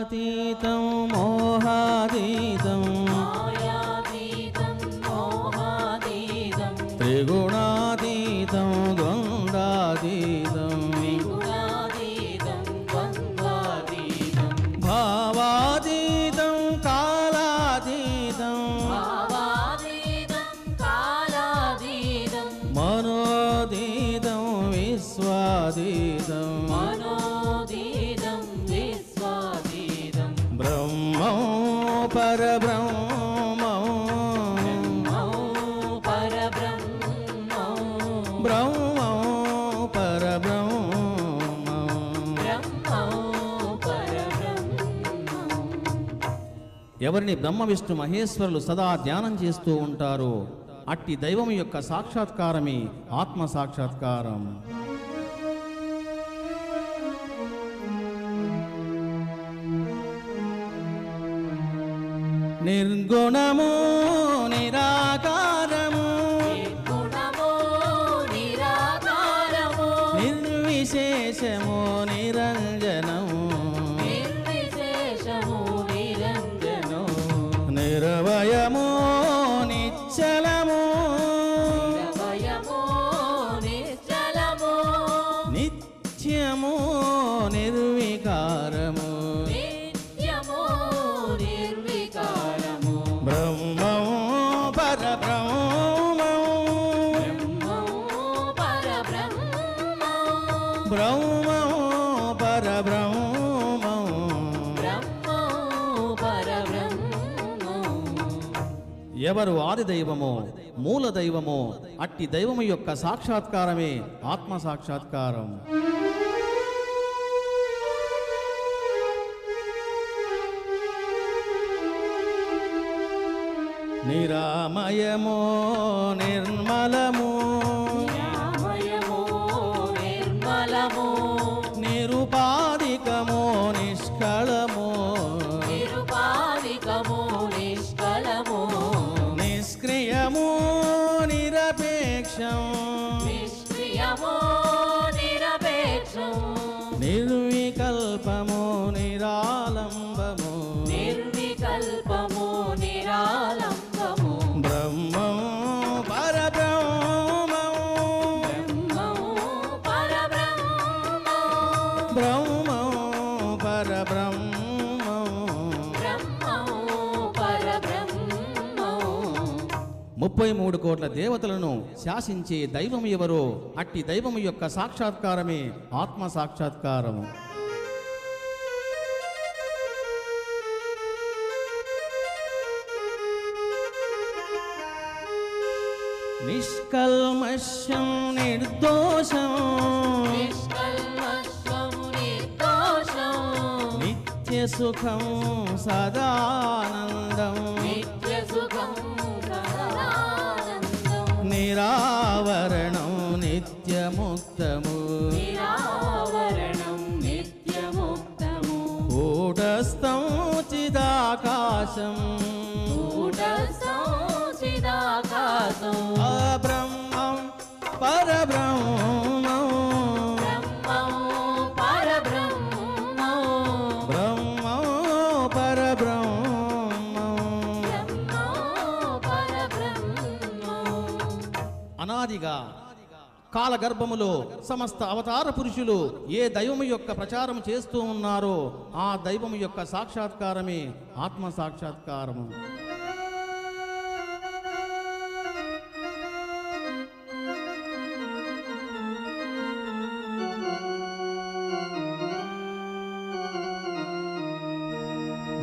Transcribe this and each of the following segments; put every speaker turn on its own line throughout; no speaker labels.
मायातीतं मोहातीतं
मायातीतं मोहातीतं
त्रिगुणातीतं द्वन्द्वातीतं
गुणातीतं द्वन्द्वातीतं
भावातीतं कालातीतं
भावातीतं कालातीतं
मनोतीतं विश्वातीतं
मनोदीतं विश्वातीतं
ब्रह्मं परब्रह्मं
मौ परब्रह्मौ
ब्रह्मं परब्रह्मं
ब्रह्मौ परब्रह्मौ
ఎవరిని బ్రహ్మ విష్ణు మహేశ్వరులు సదా ధ్యానం చేస్తూ ఉంటారో అట్టి దైవం యొక్క సాక్షాత్కారమే ఆత్మ సాక్షాత్కారం నిర్గుణము నిరాకారము
నిర్గుణमो निराकारमो
నిర్విశేషము నిరంజనము
निर्विशेषमो निरञ्जनो
నిరవయము నిశ్చలము
निरवयमो निश्चलमो
నిత్యము నిర్వికారము
नित्यमो निर्विकारमो
బ్రహ్మము పరబ్రహ్మము
ब्रह्मौ परब्रह्मौ
బ్రహ్మము పరబ్రహ్మము
ब्रह्मो परब्रह्मो
ఎవరు ఆది దైవమో మూల దైవమో అట్టి దైవము యొక్క సాక్షాత్కారమే ఆత్మ సాక్షాత్కారం నిరామయమో నిర్మలము
निरामयमो निर्मलमो
నిరుపాధికమో నిష్కళము
निरुपादिकमो निष्कलमो
నిష్క్రియము నిరపేక్షం
निष्क्रियमो निरपेक्षो
నిర్వికల్పము నిరాలంబము
निर्विकल्पमो निरालम्बमो
బ్రహ్మం పరబ్రహ్మం
ब्रह्मौ परब्रह्मो
బ్రహ్మం పరబ్రహ్మం
ब्रह्मौ परब्रह्मो
ముప్పై మూడు కోట్ల దేవతలను శాసించే దైవం ఎవరో అట్టి దైవం యొక్క సాక్షాత్కారమే ఆత్మ సాక్షాత్కారము నిష్కల్మషం నిర్దోషం
निष्कल्मषं निर्दोषम्
నిత్య సుఖం సదానందం
नित्यसुखं सदानन्दं
నిరావరణం నిత్యముక్తము
निरावरणं नित्यमुक्तमो
కూటస్థం చిదాకాశం
कूटसंसिदाकाशो
అబ్రహ్మం పరబ్రహ్మం
ब्रह्मौ परब्रह्मो
బ్రహ్మం పరబ్రహ్మం
ब्रह्मो परब्रह्मो
అనాదిగా కాలగర్భములో సమస్త అవతార పురుషులు ఏ దైవము యొక్క ప్రచారం చేస్తూ ఉన్నారో ఆ దైవము యొక్క సాక్షాత్కారమే ఆత్మ సాక్షాత్కారము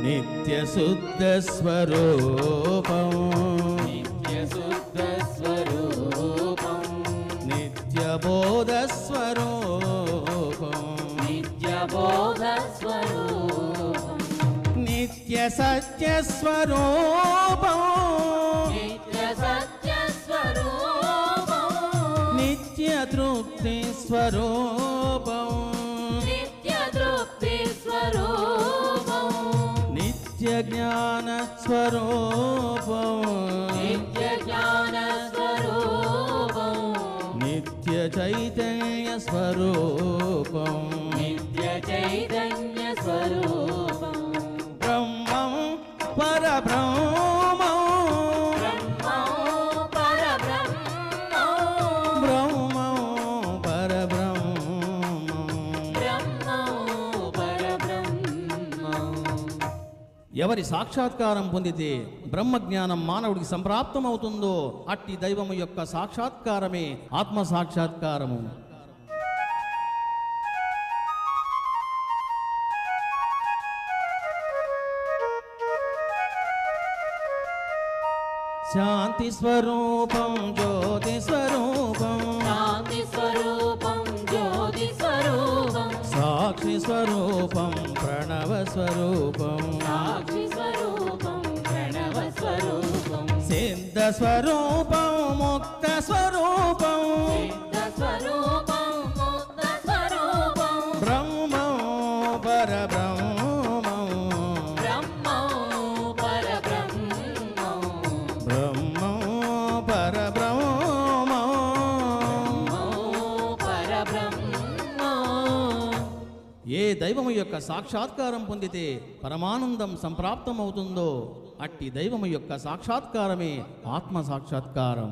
నిత్యశుద్ధ స్వరూపం
नित्यशुद्धस्वरूपं
नित्यबोधस्वरूपं
नित्यबोधस्वरूपं
नित्यसत्यस्वरूपं
नित्यसत्यस्वरूपं
नित्यतृप्तिस्वरूपं
नित्यतृप्तिस्वरूपं
नित्यज्ञानस्वरूपं
नित्यज्ञानस्वरूपं
नित्यचैतन्यस्वरूपं
नित्यचैतन्यस्वरूपं
పరబ్రహ్మం బ్రహ్మం పరబ్రహ్మం ఎవరి సాక్షాత్కారం పొందితే బ్రహ్మజ్ఞానం మానవుడికి సంప్రాప్తమవుతుందో అట్టి దైవము యొక్క సాక్షాత్కారమే ఆత్మ సాక్షాత్కారము శాంతి స్వరూపం జ్యోతి స్వరూపం సాక్షి స్వరూపం ప్రణవ స్వరూపం సిద్ధ స్వరూపం ముక్త స్వరూపం బ్రహ్మం పరబ్రహ్మం బ్రహ్మం పరబ్రహ్మం ఏ దైవము యొక్క సాక్షాత్కారం పొందితే పరమానందం సంప్రాప్తమవుతుందో అట్టి దైవము యొక్క సాక్షాత్కారమే ఆత్మ సాక్షాత్కారం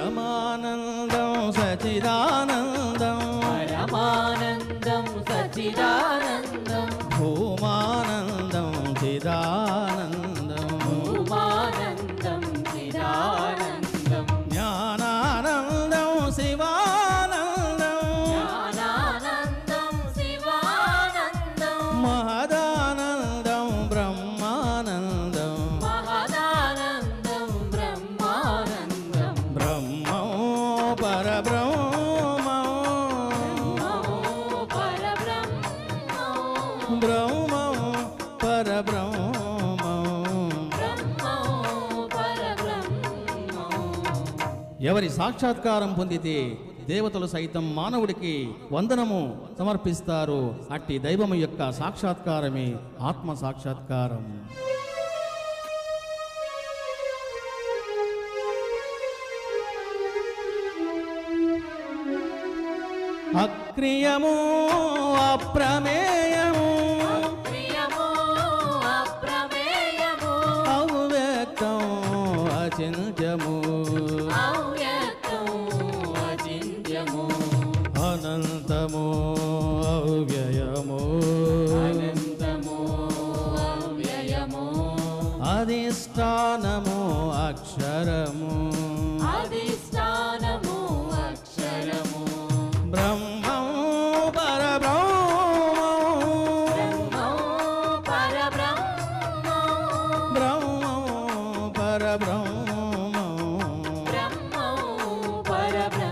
పరమానందం సచిదానందం
పరమానందం సచిదానందం
భూమానందం చిదానందం
ఉమానందం చిదానందం
జ్ఞానానందం శివానందం
జ్ఞానానందం శివానందం
మహదానందం బ్రహ్మానందం
మహదానందం బ్రహ్మానందం
బ్రహ్మం పరబ్రహ్మం
నమో పరబ్రహ్మం
బ్రహ్మం పరబ్రహ్మం
బ్రహ్మం పరబ్రహ్మం
ఎవరి సాక్షాత్కారం పొందితే దేవతలు సైతం మానవుడికి వందనము సమర్పిస్తారు అట్టి దైవము యొక్క సాక్షాత్కారమే ఆత్మ సాక్షాత్కారం అక్రియము అప్రమేయము
ప్రియమో అప్రమేయమో
అవ్యక్తం అచింత్యము
అవ్యక్తం అచింత్యమో
అనంతము అవ్యయము
అనంతమో అవ్యయమో
అధిష్టానము అక్షరము
అధిష్టానము అక్షరము
బ్రహ్మం పరబ్రహ్మం
మో పరబ్రహ్మం
బ్రహ్మం పరబ్రహ్మం
బ్రహ్మం పరబ్రహ్మం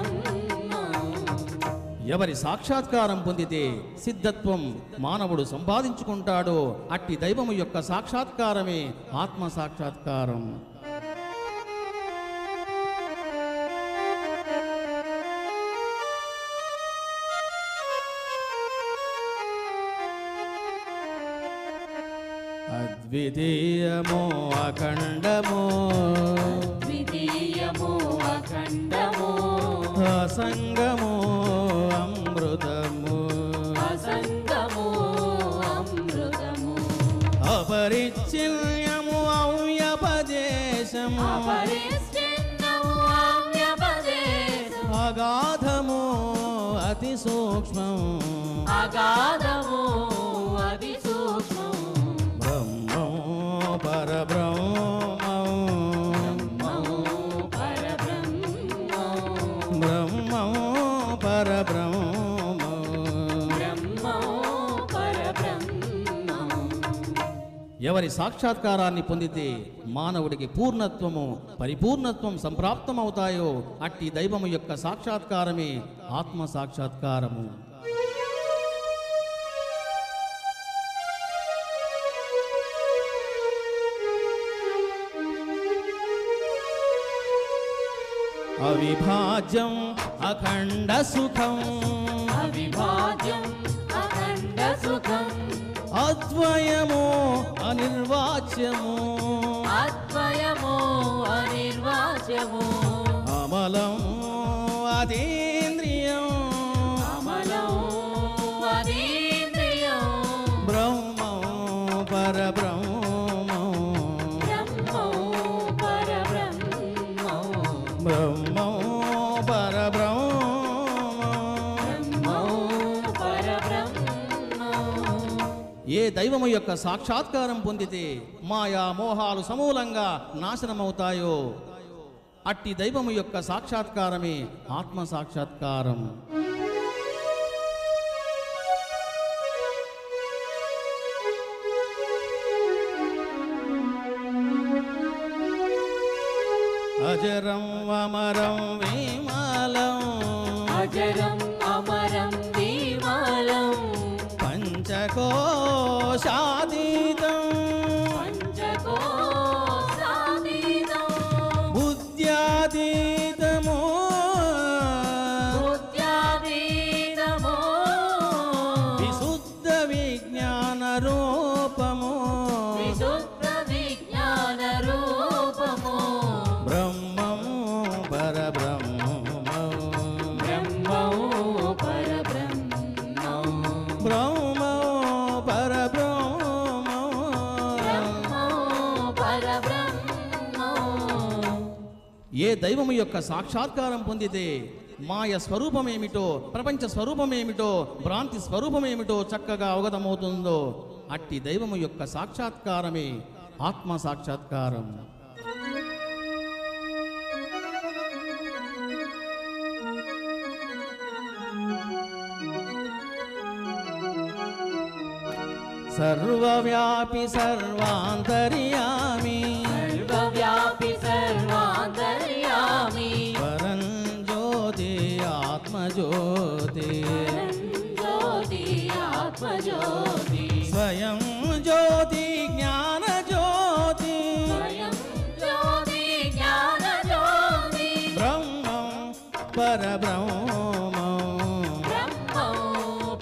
ఎవరి సాక్షాత్కారం పొందితే సిద్ధత్వం మానవుడు సంపాదించుకుంటాడో అట్టి దైవము యొక్క సాక్షాత్కారమే ఆత్మ సాక్షాత్కారం అద్వితీయమో అఖండమో
ద్వితీయము అఖండము
అసంగమో అమృతము
అసంగము అమృతము
అపరిచిల్యము అవ్యపదేశము
అపరిశ్చిన్నము ఆమ్యపదేశము
అగాధము అతి సూక్ష్మము
అగాధము అతి సూక్ష్మము
బ్రహ్మం పరబ్రహ్మం
మో పరబ్రహ్మం
బ్రహ్మం పరబ్రహ్మం
బ్రహ్మో పరబ్రహ్మం
ఎవరి సాక్షాత్కారాన్ని పొందితే మానవుడికి పూర్ణత్వము పరిపూర్ణత్వం సంప్రాప్తమవుతాయో అట్టి దైవము యొక్క సాక్షాత్కారమే ఆత్మ సాక్షాత్కారము అవిభాజ్యం అఖండ సుఖం
అవిభాజ్యం అఖండ సుఖం
అద్వయము అనిర్వాచ్యము
అద్వయమో అనిర్వాచ్యమో
అమలం అతీంద్రియం
అమలం అదేంద్రియం
బ్రహ్మం పరబ్రహ్మం
బ్రహ్మం పరబ్రహ్మం
బ్రహ్మం పరబ్రహ్మం
బ్రహ్మం పరబ్రహ్మం
ఏ దైవము యొక్క సాక్షాత్కారం పొందితే మాయా మోహాలు సమూలంగా నాశనమవుతాయో అట్టి దైవము యొక్క సాక్షాత్కారమే ఆత్మ సాక్షాత్కారం అజరం అమరం విమాలం
అజరం అమరం దీవాలం
పంచకోశాతీతం
పంచకోశాతీతం
బుద్ధ్యాతీతమో
నృత్యావేదమో
విశుద్ధ విజ్ఞాన రూపము
విశుద్ధ విజ్ఞాన రూపము
బ్రహ్మము పరబ్రహ్మము
బ్రహ్మము పరబ్రహ్మం
బ్రహ్మము పరబ్రహ్మము
బ్రహ్మము పరబ్రహ్మం
ఏ దైవము యొక్క సాక్షాత్కారం పొందితే మాయ స్వరూపమేమిటో ప్రపంచ స్వరూపమేమిటో భ్రాంతి స్వరూపమేమిటో చక్కగా అవగతమవుతుందో అట్టి దైవము యొక్క సాక్షాత్కారమే ఆత్మ సాక్షాత్కారం సర్వవ్యాపి సర్వాంతర్యామి
సర్వవ్యాపి సర్వాంతర్యామి
పరం జ్యోతి ఆత్మజ్యోతి
జ్యోతి ఆత్మజ్యోతి
స్వయం జ్యోతి జ్ఞాన జ్యోతి
స్వయం జ్యోతి జ్ఞాన జ్యోతి
బ్రహ్మం పరబ్రహ్మం
బ్రహ్మం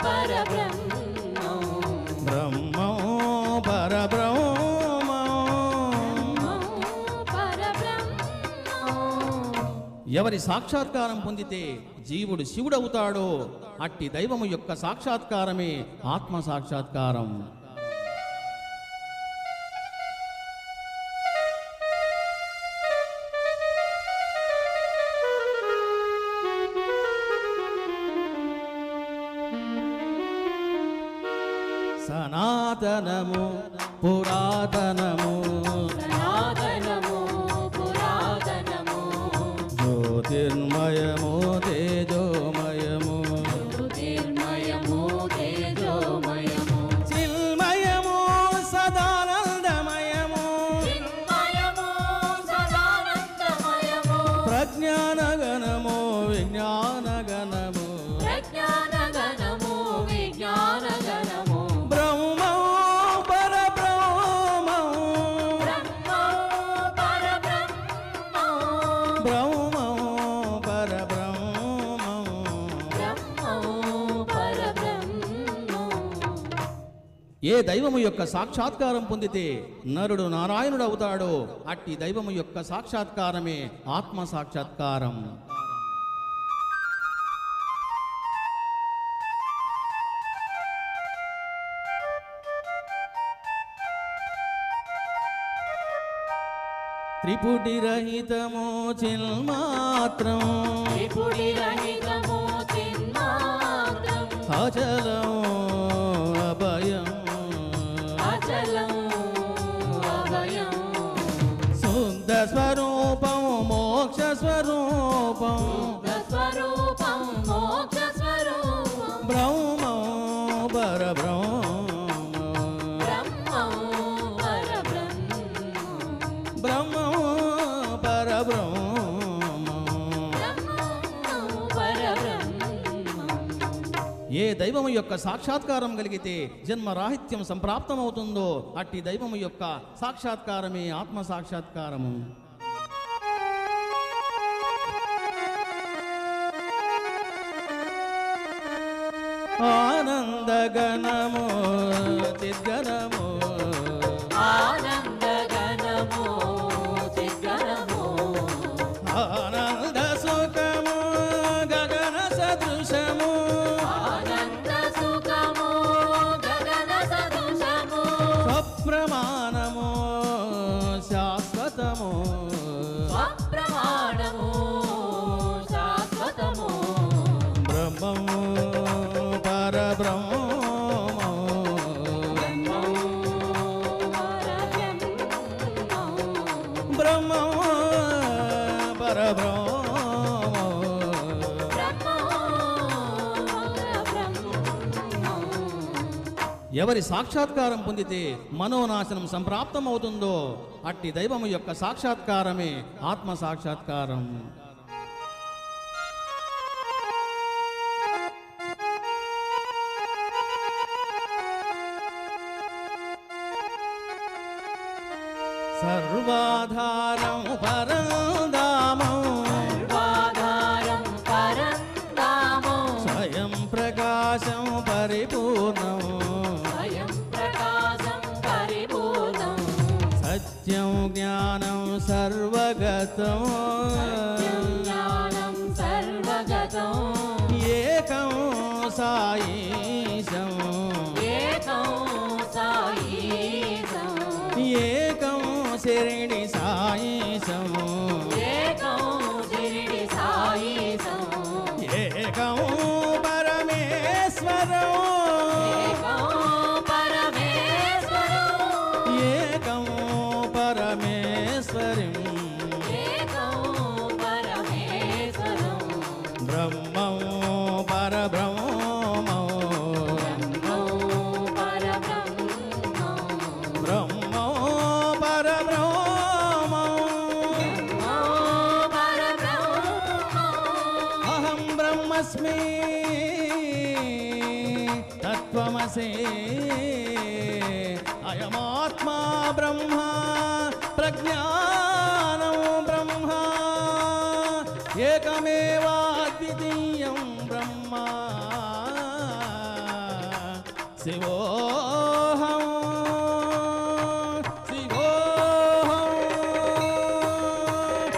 పరబ్రహ్మం
బ్రహ్మం పరబ్రహ్మం
బ్రహ్మం పరబ్రహ్మం
ఎవరి సాక్షాత్కారం పొందితే జీవుడు శివుడవుతాడో అట్టి దైవము యొక్క సాక్షాత్కారమే ఆత్మ సాక్షాత్కారం సనాతనము పురాతనము
సనాతనము పురాతనము
జ్యోతిర్మయము తేజోమయము
జ్యోతిర్మయము తేజోమయము
చిల్మయము సదానందమయము
చిన్మయము సదానందమయము
ప్రజ్ఞానగణము విజ్ఞానగణము
ప్రజ్ఞానగణము విజ్ఞానగణము
బ్రహ్మం పరబ్రహ్మం
బ్రహ్మం పరబ్రహ్మం
బ్రహ్మం పరబ్రహ్మం
బ్రహ్మం పరబ్రహ్మం
ఏ దైవము యొక్క సాక్షాత్కారం పొందితే నరుడు నారాయణుడు అవుతాడో అట్టి దైవము యొక్క సాక్షాత్కారమే ఆత్మ సాక్షాత్కారం త్రిపుటి రహితమో చిన్మాత్రం
త్రిపుడి రహితము చిన్మాత్రం
అచలం అభయం
అచలం అభయం
శుద్ధ స్వరూపం మోక్ష స్వరూపం
స్వరూపం మోక్ష స్వరూపం
బ్రహ్మం పరబ్రహ్మ
బ్రహ్మం పరబ్రహ్మం
బ్రహ్మం పరబ్రహ్మ
బ్రహ్మం పరబ్రహ్మం
ఏ దైవము యొక్క సాక్షాత్కారం కలిగితే జన్మరాహిత్యం సంప్రాప్తమవుతుందో అట్టి దైవము యొక్క సాక్షాత్కారమే ఆత్మ సాక్షాత్కారము ఆనందగణము చిద్గణము
ఆనందగణము చిద్గణము
ఆనంద సుఖము గణము పరబ్రహ్మం ఎవరి సాక్షాత్కారం పొందితే మనోనాశనం సంప్రాప్తం అవుతుందో అట్టి దైవము యొక్క సాక్షాత్కారమే ఆత్మ సాక్షాత్కారం సర్వాధారం పరందామం
సర్వాధారం పరందామో
స్వయం ప్రకాశం పరిపూర్ణం
స్వయం ప్రకాశం పరిపూర్ణం
సత్యం జ్ఞానం సర్వగతం
జ్ఞానం సర్వగతం
ఏకం సాయిశం
ఏకం సాయేకం
ఏకం శరణి సాయిశం
ఏకం శిరిడి సాయేకం
ఏకం పరమేశ్వరం
ఏకం పరమేశ్వరం
ఏకం పరమేశ్వరం
ఏకం పరమేశ్వరం
బ్రహ్మం పరబ్రహ్మం
బ్రహ్మం పరబ్రహ్మం
బ్రహ్మం పరబ్రహ్మం అహం బ్రహ్మస్మి తత్వమసి అయమాత్మా బ్రహ్మ ప్రజ్ఞానం బ్రహ్మ ఏకమేవాద్వితీయం బ్రహ్మ శివోహం శివోహం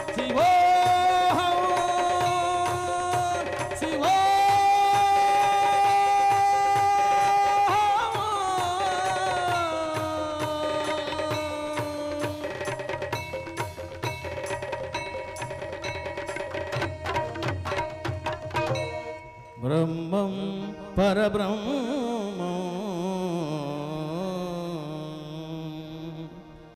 శివోహం శివోహం బ్రహ్మం పరబ్రహ్మం